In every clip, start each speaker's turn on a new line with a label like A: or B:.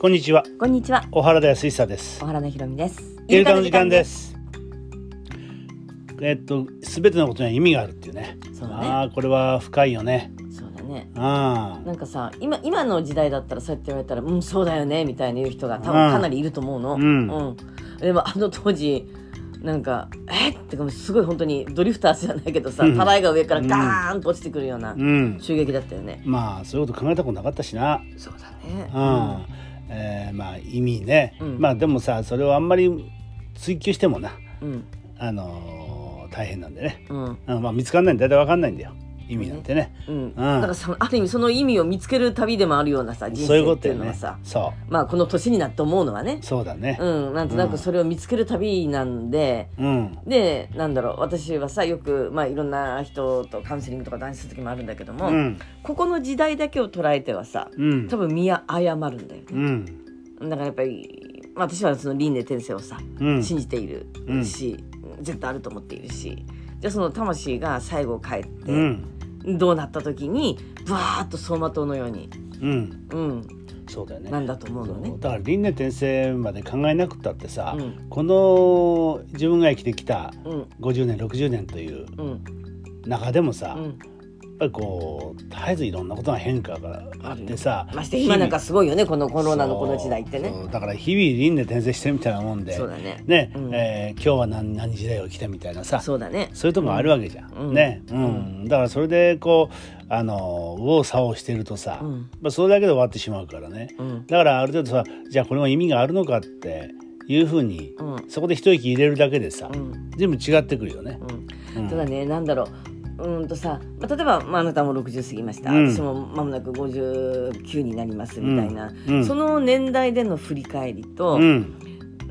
A: こんにちは
B: こんにちは、
A: 小原田康久です
B: 小原のひろみです。
A: イルカの時間ですえっと全てのことには意味があるっていうね
B: そうだね
A: ああこれは深いよね
B: イルカの時間です。そうだね。
A: あ
B: なんかさ、今今の時代だったらそうやって言われたら、うんそうだよねみたいに言う人が多分かなりいると思うの。
A: うん
B: うんでもあの当時。なんかえってかもうすごい本当にドリフターズじゃないけどさ
A: うん
B: たらいが上からガーンと落ちてくるような
A: あうん
B: 襲撃だったよね。
A: まあそういうこと考えたことなかったしな
B: そうだね
A: うん、えーまあ意味ね、
B: うん
A: まあでもさそれをあんまり追求してもな
B: うん
A: あのー大変なんでね、
B: うん
A: うんまあ見つかんないんだいたいわかんないんだよ意味なんてね
B: うん。
A: うん
B: なんかそのある意味その意味を見つける旅でもあるようなさ人
A: そういう
B: 生
A: こ
B: って
A: と
B: い
A: よ
B: うのは
A: ね
B: さ、
A: そ
B: まあこの年になって思うのはね
A: う。そうだね
B: うん、なんとなくそれを見つける旅なんで、
A: うん
B: でなんだろう私はさよく、まあ、いろんな人とカウンセリングとか談志する時もあるんだけども、
A: うん
B: ここの時代だけを捉えてはさ
A: うん
B: 多分身は誤るんだよ
A: う
B: ね、
A: ん
B: だからやっぱりまあ私はその輪廻転生をさ
A: うん
B: 信じているし、絶対あると思っているしじゃあその魂が最後帰って、
A: うん
B: どうなった時にブワーッと走馬灯のように、
A: うん
B: うん、
A: そうだよね
B: なんだと思うのね
A: そう。だから輪廻転生まで考えなくたってさ、
B: うん
A: この自分が生きてきた
B: うん
A: 50年60年という
B: うん
A: 中でもさ、
B: う
A: やっ
B: ん、
A: ぱりこう絶えずいろんなことが変化があってさ
B: まして今なんかすごいよねこのコロナのこの時代ってね
A: そうそうだから日々輪廻転生してるみたいなもんで
B: そうだね
A: ね、
B: うん
A: えー今日は何何時代を生きたみたいなさそう
B: そうだね
A: いうとこがあるわけじゃん、
B: うん
A: ね、う
B: うんん
A: だからそれでこうあの右往左往してるとさ、
B: うん
A: まあ、それだけで終わってしまうからね
B: うん
A: だからある程度さじゃあこれも意味があるのかっていうふうに
B: うん
A: そこで一息入れるだけでさ、
B: うん
A: 全部違ってくるよね。う
B: うんんただねなんだろううーんとさ、まあ、例えば、まああなたも60過ぎました、
A: うん
B: 私もまもなく59になりますみたいな、
A: うん
B: その年代での振り返りと、
A: うん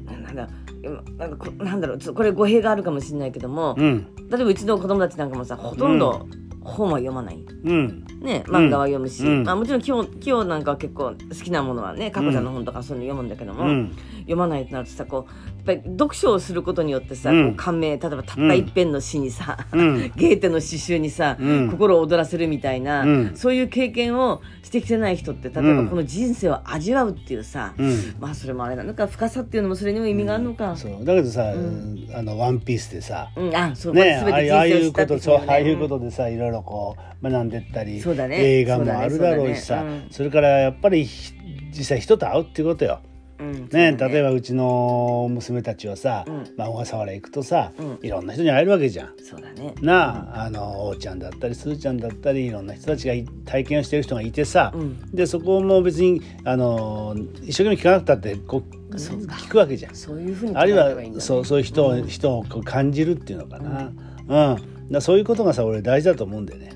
B: なんだ今なんかこなんだろうちょこれ語弊があるかもしれないけども、
A: うん
B: 例えばうちの子供たちなんかもさほとんど本は読まない、
A: うん
B: ね、漫画は読むし、
A: うん
B: まあ、もちろん今日今日なんかは結構好きなものはね佳子ちゃんの本とかそういうの読むんだけども、
A: うん
B: 読まないとなるとさこうやっぱり読書をすることによってさ、
A: うん
B: こう感銘例えばたった一遍の詩にさ、
A: うん
B: ゲーテの詩集にさ、
A: うん
B: 心を躍らせるみたいな、
A: うん
B: そういう経験をしてきてない人って例え
A: う
B: ば
A: ん
B: この人生を味わうっていうさ、
A: うん
B: まあそれもあれなのか深さっていうのもそれにも意味があるのか、うん
A: そうだけどさ、
B: ん
A: あの「ワンピースでさ
B: あそう
A: ね
B: ま
A: ああいうああ
B: 全
A: いう
B: て人生を知った
A: こと
B: ってこと
A: そうああいう
B: だ
A: こ
B: よね
A: とでさいろいろこう学んでったり、
B: そうだね
A: 映画
B: そうだ
A: も
B: ね
A: あるだろうしさ
B: そ
A: そう
B: だねうん
A: れからやっぱりひ実際人と会うっていうことよ。
B: うんそう
A: ね
B: だ
A: 例えばうちの娘たちはさ、
B: うん
A: まあ、小笠原行くとさ、
B: うん
A: いろんな人に会えるわけじゃん。
B: そうだね
A: なああのおーちゃんだったりすーちゃんだったりいろんな人たちがい体験をしてる人がいてさ、
B: うん
A: でそこも別にあの一生懸命聞かなくたってこう
B: そうか
A: 聞くわけじゃん。
B: そういうふうに
A: あるい
B: 捉えればいいん
A: は
B: だね
A: そうそういう人を、
B: うん
A: 人をこう感じるっていうのかな、うんだからそういうことがさ俺大事だと思うんだよね。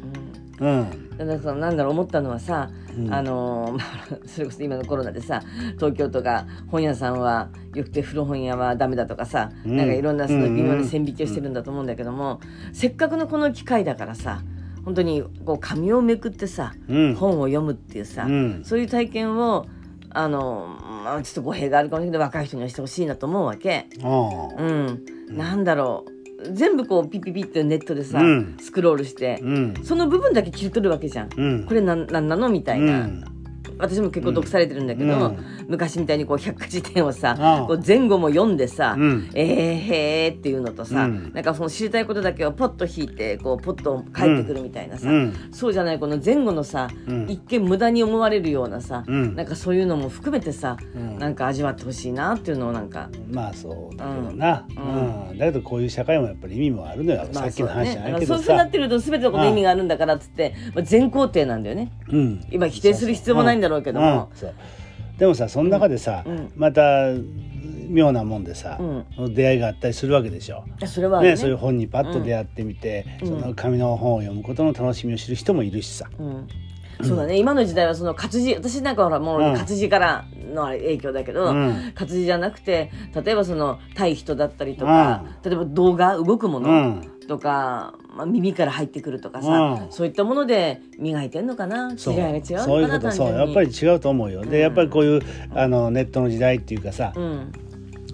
B: うん
A: うん
B: だからそのなんだろう思ったのはさ、
A: うん
B: あの まあそれこそ今のコロナでさ東京とか本屋さんはよくて古本屋はダメだとかさ、
A: うん
B: なんかいろんなその微妙
A: うん
B: な線引きをしてるんだと思うんだけども、せっかくのこの機会だからさ本当にこう紙をめくってさ、
A: うん
B: 本を読むっていうさ、
A: うん
B: そういう体験をあの、まあ、ちょっと語弊があるかもしれないけど若い人にはしてほしいなと思うわけ。
A: う
B: うん、なんだろう全部こうピッピッピッってネットでさ、
A: うん
B: スクロールして、
A: んうん
B: その部分だけ切り取るわけじゃん。
A: うん
B: これなんなんなのみたいな、私も結構読されてるんだけど、
A: うん
B: 昔みたいにこう百科事典をさ、
A: うん
B: こう前後も読んでさ、
A: うん
B: えーへーっていうのとさ、
A: うん
B: なんかその知りたいことだけをポッと引いてこうポッと帰ってくるみたいなさ、
A: うん
B: そうじゃないこの前後のさ、
A: うん
B: 一見無駄に思われるようなさ、
A: うん
B: なんかそういうのも含めてさ、
A: うん
B: なんか味わってほしいなっていうのをなんか。
A: まあそうだけどな、うん
B: ん
A: だけどこういう社会もやっぱり意味もあるのよ、
B: ま
A: さっ
B: あ
A: き
B: そう
A: の
B: だ
A: 話
B: ね
A: じゃ
B: だ
A: な
B: か
A: い
B: ら
A: け
B: そ
A: ど
B: ういうふうになっ
A: さ
B: てると全てのことに意味があるんだからっつって、まあ、全肯定なんだよね
A: うん
B: 今否定する必要もないんだろうけども
A: そうそううんそうでもさその中でさ、
B: うん
A: また妙なもんでさ、
B: う
A: 出会いがあったりするわけでしょ。
B: それはある
A: ね、
B: ね
A: そういう本にパッと出会ってみて、
B: うん
A: その紙の本を読むことの楽しみを知る人もいるしさ。
B: うんそうだね、今の時代はその活字私なんかほらも
A: うん
B: う活字からのあれ影響だけど、
A: うん
B: 活字じゃなくて例えばその対人だったりとか、例えば動画動くも
A: う
B: の
A: ん
B: とか、まあ、耳から入ってくるとかさ、
A: うん
B: そういったもので磨いてんのかな時
A: そう
B: 代が違うのかな
A: そういうこと
B: 単
A: そう
B: 純に
A: やっぱり違うと思うよ、で
B: うん
A: やっぱりこういうあのネットの時代っていうかさ、
B: うん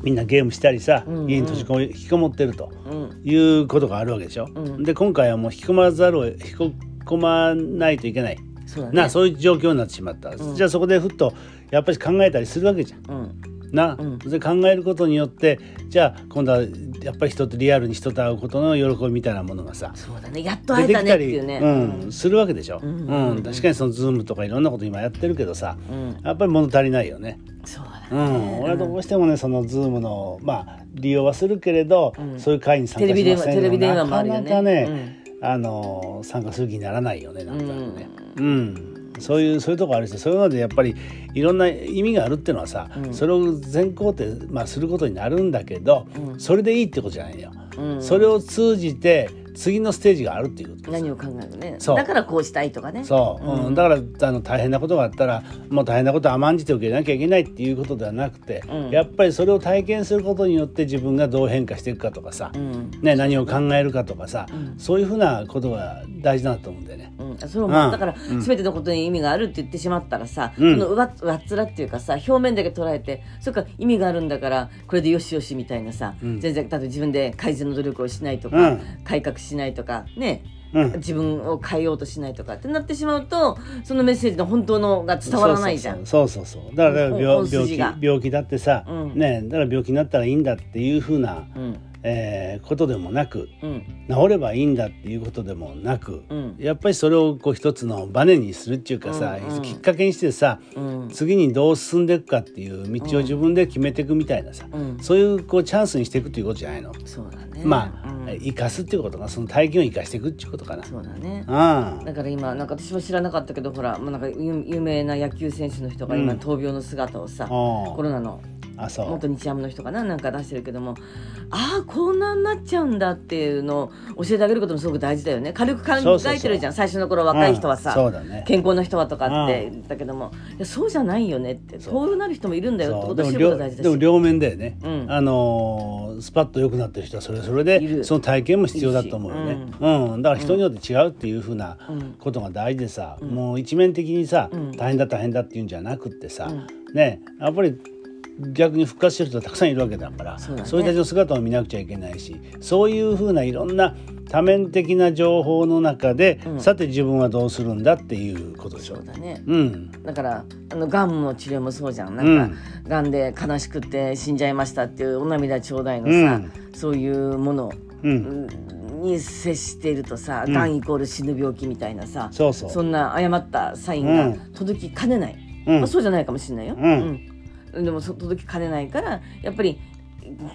A: みんなゲームしたりさ、
B: うんうん
A: 家に閉じこも引きこもってると
B: うん
A: いうことがあるわけでしょ、
B: うん
A: で今回はもう引きこまざるを引きこまないといけない
B: そうだね
A: なそういう状況になってしまった、
B: うん
A: じゃあそこでふっとやっぱり考えたりするわけじゃん。
B: うん
A: な、
B: うん
A: で考えることによってじゃあ今度はやっぱり人とリアルに人と会うことの喜びみたいなものがさ
B: そうだねやっと
A: 出
B: 会
A: て
B: えた
A: き
B: ね
A: た
B: って
A: り
B: いうね
A: うん、するわけでしょ、
B: う
A: うんん
B: うんうん
A: 確かにその Zoom とかいろんなこと今やってるけどさ
B: うん、うん
A: やっぱり物足りないよね。
B: そうだね、
A: うん、俺はどうしてもねその Zoom のまあ利用はするけれど、
B: うん
A: そういう会に参
B: テ
A: 加
B: レビ
A: し
B: 電
A: ま
B: 話
A: せん
B: テレビ電話もあるよね
A: なかなかね、あの参加する気にならないよねなんとなくね。うんそういうそういうとこあるしそういうのでやっぱりいろんな意味があるっていうのはさ、
B: うん
A: それを全肯定、まあ、することになるんだけど、
B: うん
A: それでいいってことじゃないのよ、
B: うんうん
A: それを通じて次のステージがあるっていうことです
B: 何を考えるね
A: そう
B: だからこうしたいとかね
A: そう、うんだからあの大変なことがあったらもう大変なことは甘んじて受けなきゃいけないっていうことではなくて、
B: うん
A: やっぱりそれを体験することによって自分がどう変化していくかとかさ、
B: うん
A: ね、何を考えるかとかさ、
B: うん
A: そういうふうなことが大事だと思うんだよね。
B: うん、そう
A: うん
B: 思うだから、
A: うん
B: 全てのことに意味があるって言ってしまったらさ、
A: うん
B: その上っ上っ面っていうかさ表面だけ捉えてそっか意味があるんだからこれでよしよしみたいなさ、
A: うん
B: 全然例えば自分で改善の努力をしないとか、
A: うん
B: 改革しないとかね
A: うん
B: 自分を変えようとしないとかってなってしまうとそのメッセージの本当のが伝わらないじゃん。
A: そうそうそうそうだから
B: うん
A: 病病
B: 本筋
A: 気
B: が
A: 病気だってさ、
B: うん
A: ね、だから病気になったらいいんだっていうふうな、
B: うん
A: えーことでもなく
B: うん
A: 治ればいいんだっていうことでもなく、
B: うん
A: やっぱりそれをこう一つのバネにするっていうかさ、
B: うんうん
A: きっかけにしてさ
B: うん
A: 次にどう進んでいくかっていう道を自分で決めていくみたいなさ、
B: うん
A: そういうこうチャンスにしていくっていうことじゃないの。
B: そうだね
A: まあ、
B: うん、
A: 生かすっていうことかその体験を生かしていくっていうことかな。
B: そうだね
A: あ
B: だから今なんか私も知らなかったけどほらもうなんか有有名な野球選手の人が今、
A: うん
B: 闘病の姿をさ
A: あ
B: コロナの
A: あそ
B: 元日ハムの人かななんか出してるけどもああこんなになっちゃうんだっていうのを教えてあげることもすごく大事だよね軽く考えてるじゃ
A: そ
B: ん
A: うそうそう
B: 最初の頃
A: う
B: 若い人はさ、
A: うんそうだね
B: 健康な人はとかって言ったけども、いやそうじゃないよねって
A: そう
B: 遠慮なる人もいるんだよって
A: そ
B: こ
A: う
B: と
A: で
B: を
A: も
B: 知ること
A: 両
B: が大事だ
A: でも
B: し
A: 両面だよね、
B: うん
A: あのースパッと良くなってる人はそれはそれ
B: いる
A: でその体験も必要だと思うよ
B: いる
A: ね
B: し、
A: うんだから人によって違うっていうふうな
B: うん
A: ことが大事でさ、
B: ん
A: もう一面的にさ、
B: うん
A: 大変だ大変だっていうんじゃなくってさ、
B: う
A: ねやっぱり逆に復活してる人はたくさんいるわけだから
B: そうだね
A: いう人たちの姿を見なくちゃいけないしそういうふうないろんな多面的な情報の中で、
B: うん
A: さて自分はどうするんだっていうことでしょ
B: そうだね
A: うん
B: だからあのがんの治療もそうじゃんなんか、
A: う
B: がんで悲しくて死んじゃいましたっていうお涙ちょうだいのさ、そういうもの
A: うん
B: に接しているとさ、
A: うん
B: がんイコール死ぬ病気みたいなさ
A: そうそう
B: そんな誤ったサイン
A: う
B: が
A: ん
B: 届きかねない、
A: うん
B: まあ、そうじゃないかもしれないよ、
A: うん
B: うんでもそ届きかねないからやっぱり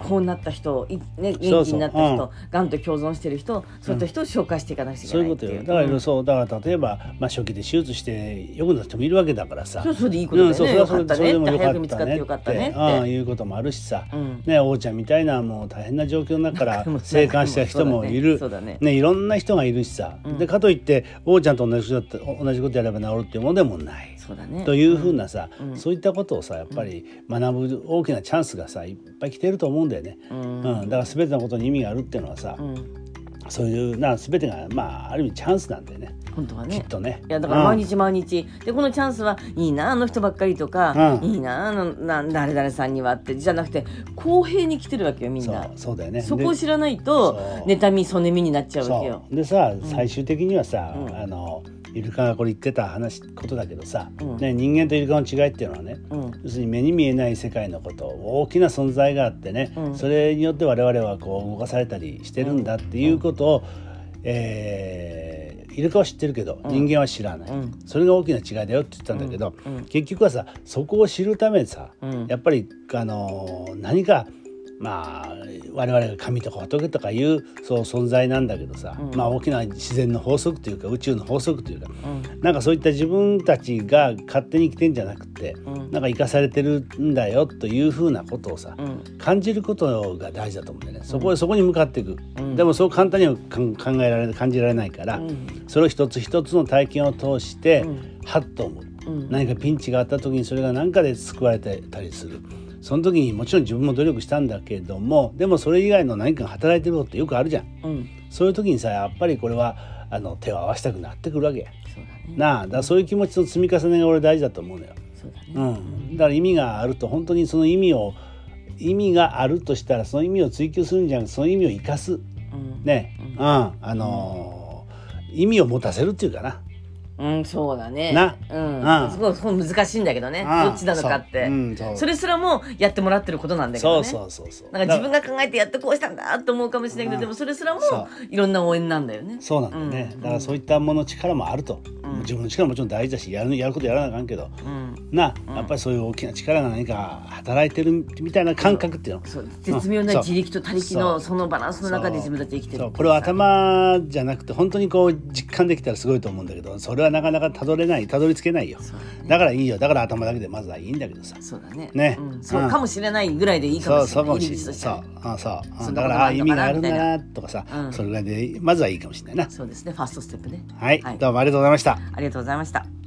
B: こうなった人、いね、
A: そう
B: 元気
A: そう
B: になった人がんと共存してる人そういった人を紹介していかなくちゃいけ
A: そう
B: ないいうっ
A: こと
B: てい
A: よ
B: う。
A: だからいろいろ
B: うん
A: そうだから例えば、まあ、初期で手術して良くなってもいるわけだからさ
B: それはそれでいいことだよね
A: うんそうそれはそれでそれでも
B: よ
A: よ
B: か
A: か
B: ったねって早く見つかってよか
A: っ
B: った
A: た
B: ねっ
A: ねっててああいうこともあるしさ、
B: うん
A: ねおうちゃんみたいなもう大変な状況の中か ら生還した人もいる
B: そうだね
A: ねいろんな人がいるしさ、
B: うん
A: でかといっておうちゃんと同じことだった同じことやれば治るっていうものでもない。
B: そうだね
A: というふうなさ、
B: うん
A: そういったことをさやっぱり学ぶ大きなチャンスがさいっぱい来てると思うんだよね、
B: うん
A: うんだから全てのことに意味があるっていうのはさ、
B: うん
A: そういうな全てがまあある意味チャンスなんだよね
B: 本当は
A: き
B: ね
A: っとね。
B: いやだから毎日毎日、でこのチャンスはいいなあの人ばっかりとか、
A: うん
B: いいなあのな誰々さんにはってじゃなくて公平に来てるわけよみん
A: そ
B: な
A: うそうだよね
B: そこを
A: で
B: 知らないと
A: そう
B: 妬みそねみになっちゃうわけよ
A: そうでさ最終的にはさ、
B: うん
A: あのイルカがこれ言ってた話ことだけどさ、
B: うん
A: ね、人間とイルカの違いっていうのはね
B: うん
A: 要するに目に見えない世界のこと大きな存在があってね、
B: うん
A: それによって我々はこう動かされたりしてるんだっていうことを、えーイルカは知ってるけど
B: うん
A: 人間は知らない、
B: うん
A: それが大きな違いだよって言ったんだけど、
B: うんうん
A: 結局はさそこを知るためにさ、
B: うん
A: やっぱり、あのー何かまあ我々が神とか仏とかいうそう存在なんだけどさ、
B: うん
A: まあ、大きな自然の法則というか宇宙の法則というか
B: うん
A: なんかそういった自分たちが勝手に生きてんじゃなくて、
B: うん
A: なんか生かされてるんだよというふうなことをさ、
B: うん
A: 感じることが大事だと思うんだよねそこ,、そこに向かっていく、
B: うん
A: でもそう簡単にはかん考えられ感じられないから、
B: うん
A: それを一つ一つの体験を通して、
B: うん
A: はっと思う。
B: うん
A: 何かピンチがあった時にそれが何かで救われてたりするその時にもちろん自分も努力したんだけどもでもそれ以外の何かが働いてることってよくあるじゃん
B: うん
A: そういう時にさやっぱりこれはあの手を合わせたくなってくるわけや
B: そうだね
A: なあだからそういう気持ちの積み重ねが俺大事だと思うのよ、
B: そうだね
A: うん、だから意味があると本当にその意味を意味があるとしたらその意味を追求するんじゃなくてその意味を生かす
B: うん
A: ね、うん、あのー意味を持たせるっていうかな
B: うん、そうだね。
A: な
B: うん。
A: うん
B: すごい、そこ難しいんだけどね。
A: うん
B: どっちなのかって。
A: そう
B: そ,、
A: うんそう
B: れすらもやってもらってることなんだけ
A: そ
B: ど
A: う
B: ね。
A: そうそうそう
B: なんか自分
A: が
B: が考えてやってこうしたんだと思うかもしれないけど、
A: うん
B: でもそれすらも
A: そ
B: いろんな応援なんだよね。
A: そうなんだよね、だからそういったものの力もあると、自分の力ももちろん大事だしやるやることやらなあかんけど
B: うん。
A: なやっぱりそういう大きな力が何か働いてるみたいな感覚っていうの、
B: そう絶妙な
A: そう
B: 自力と他力の
A: そ
B: そのバランスの中で自分たち生きてる
A: そ
B: っ
A: う
B: て
A: これは頭じゃなくて本当にこう実感できたらすごいと思うんだけどそれはなかなかたどれないたどり着けないよ
B: そうだね
A: だからいいよだから頭だけでまずはいいんだけどさ
B: そうだね
A: ね
B: うん、そううんかもしれないぐらいでいいか
A: そ
B: も
A: う
B: し
A: そ
B: れ
A: う
B: な
A: かも
B: い
A: しれないそう
B: 入り口としては
A: あそうう
B: そ
A: んん
B: な
A: だから
B: ことがあ
A: あ
B: る
A: 意
B: んだ
A: 味
B: な
A: があるんだなとかさ、
B: うん
A: それぐらいでまずはいいかもしれないな、
B: そうですねファーストステップね
A: はい、
B: はい
A: どうもありがとうございました
B: ありがとうございました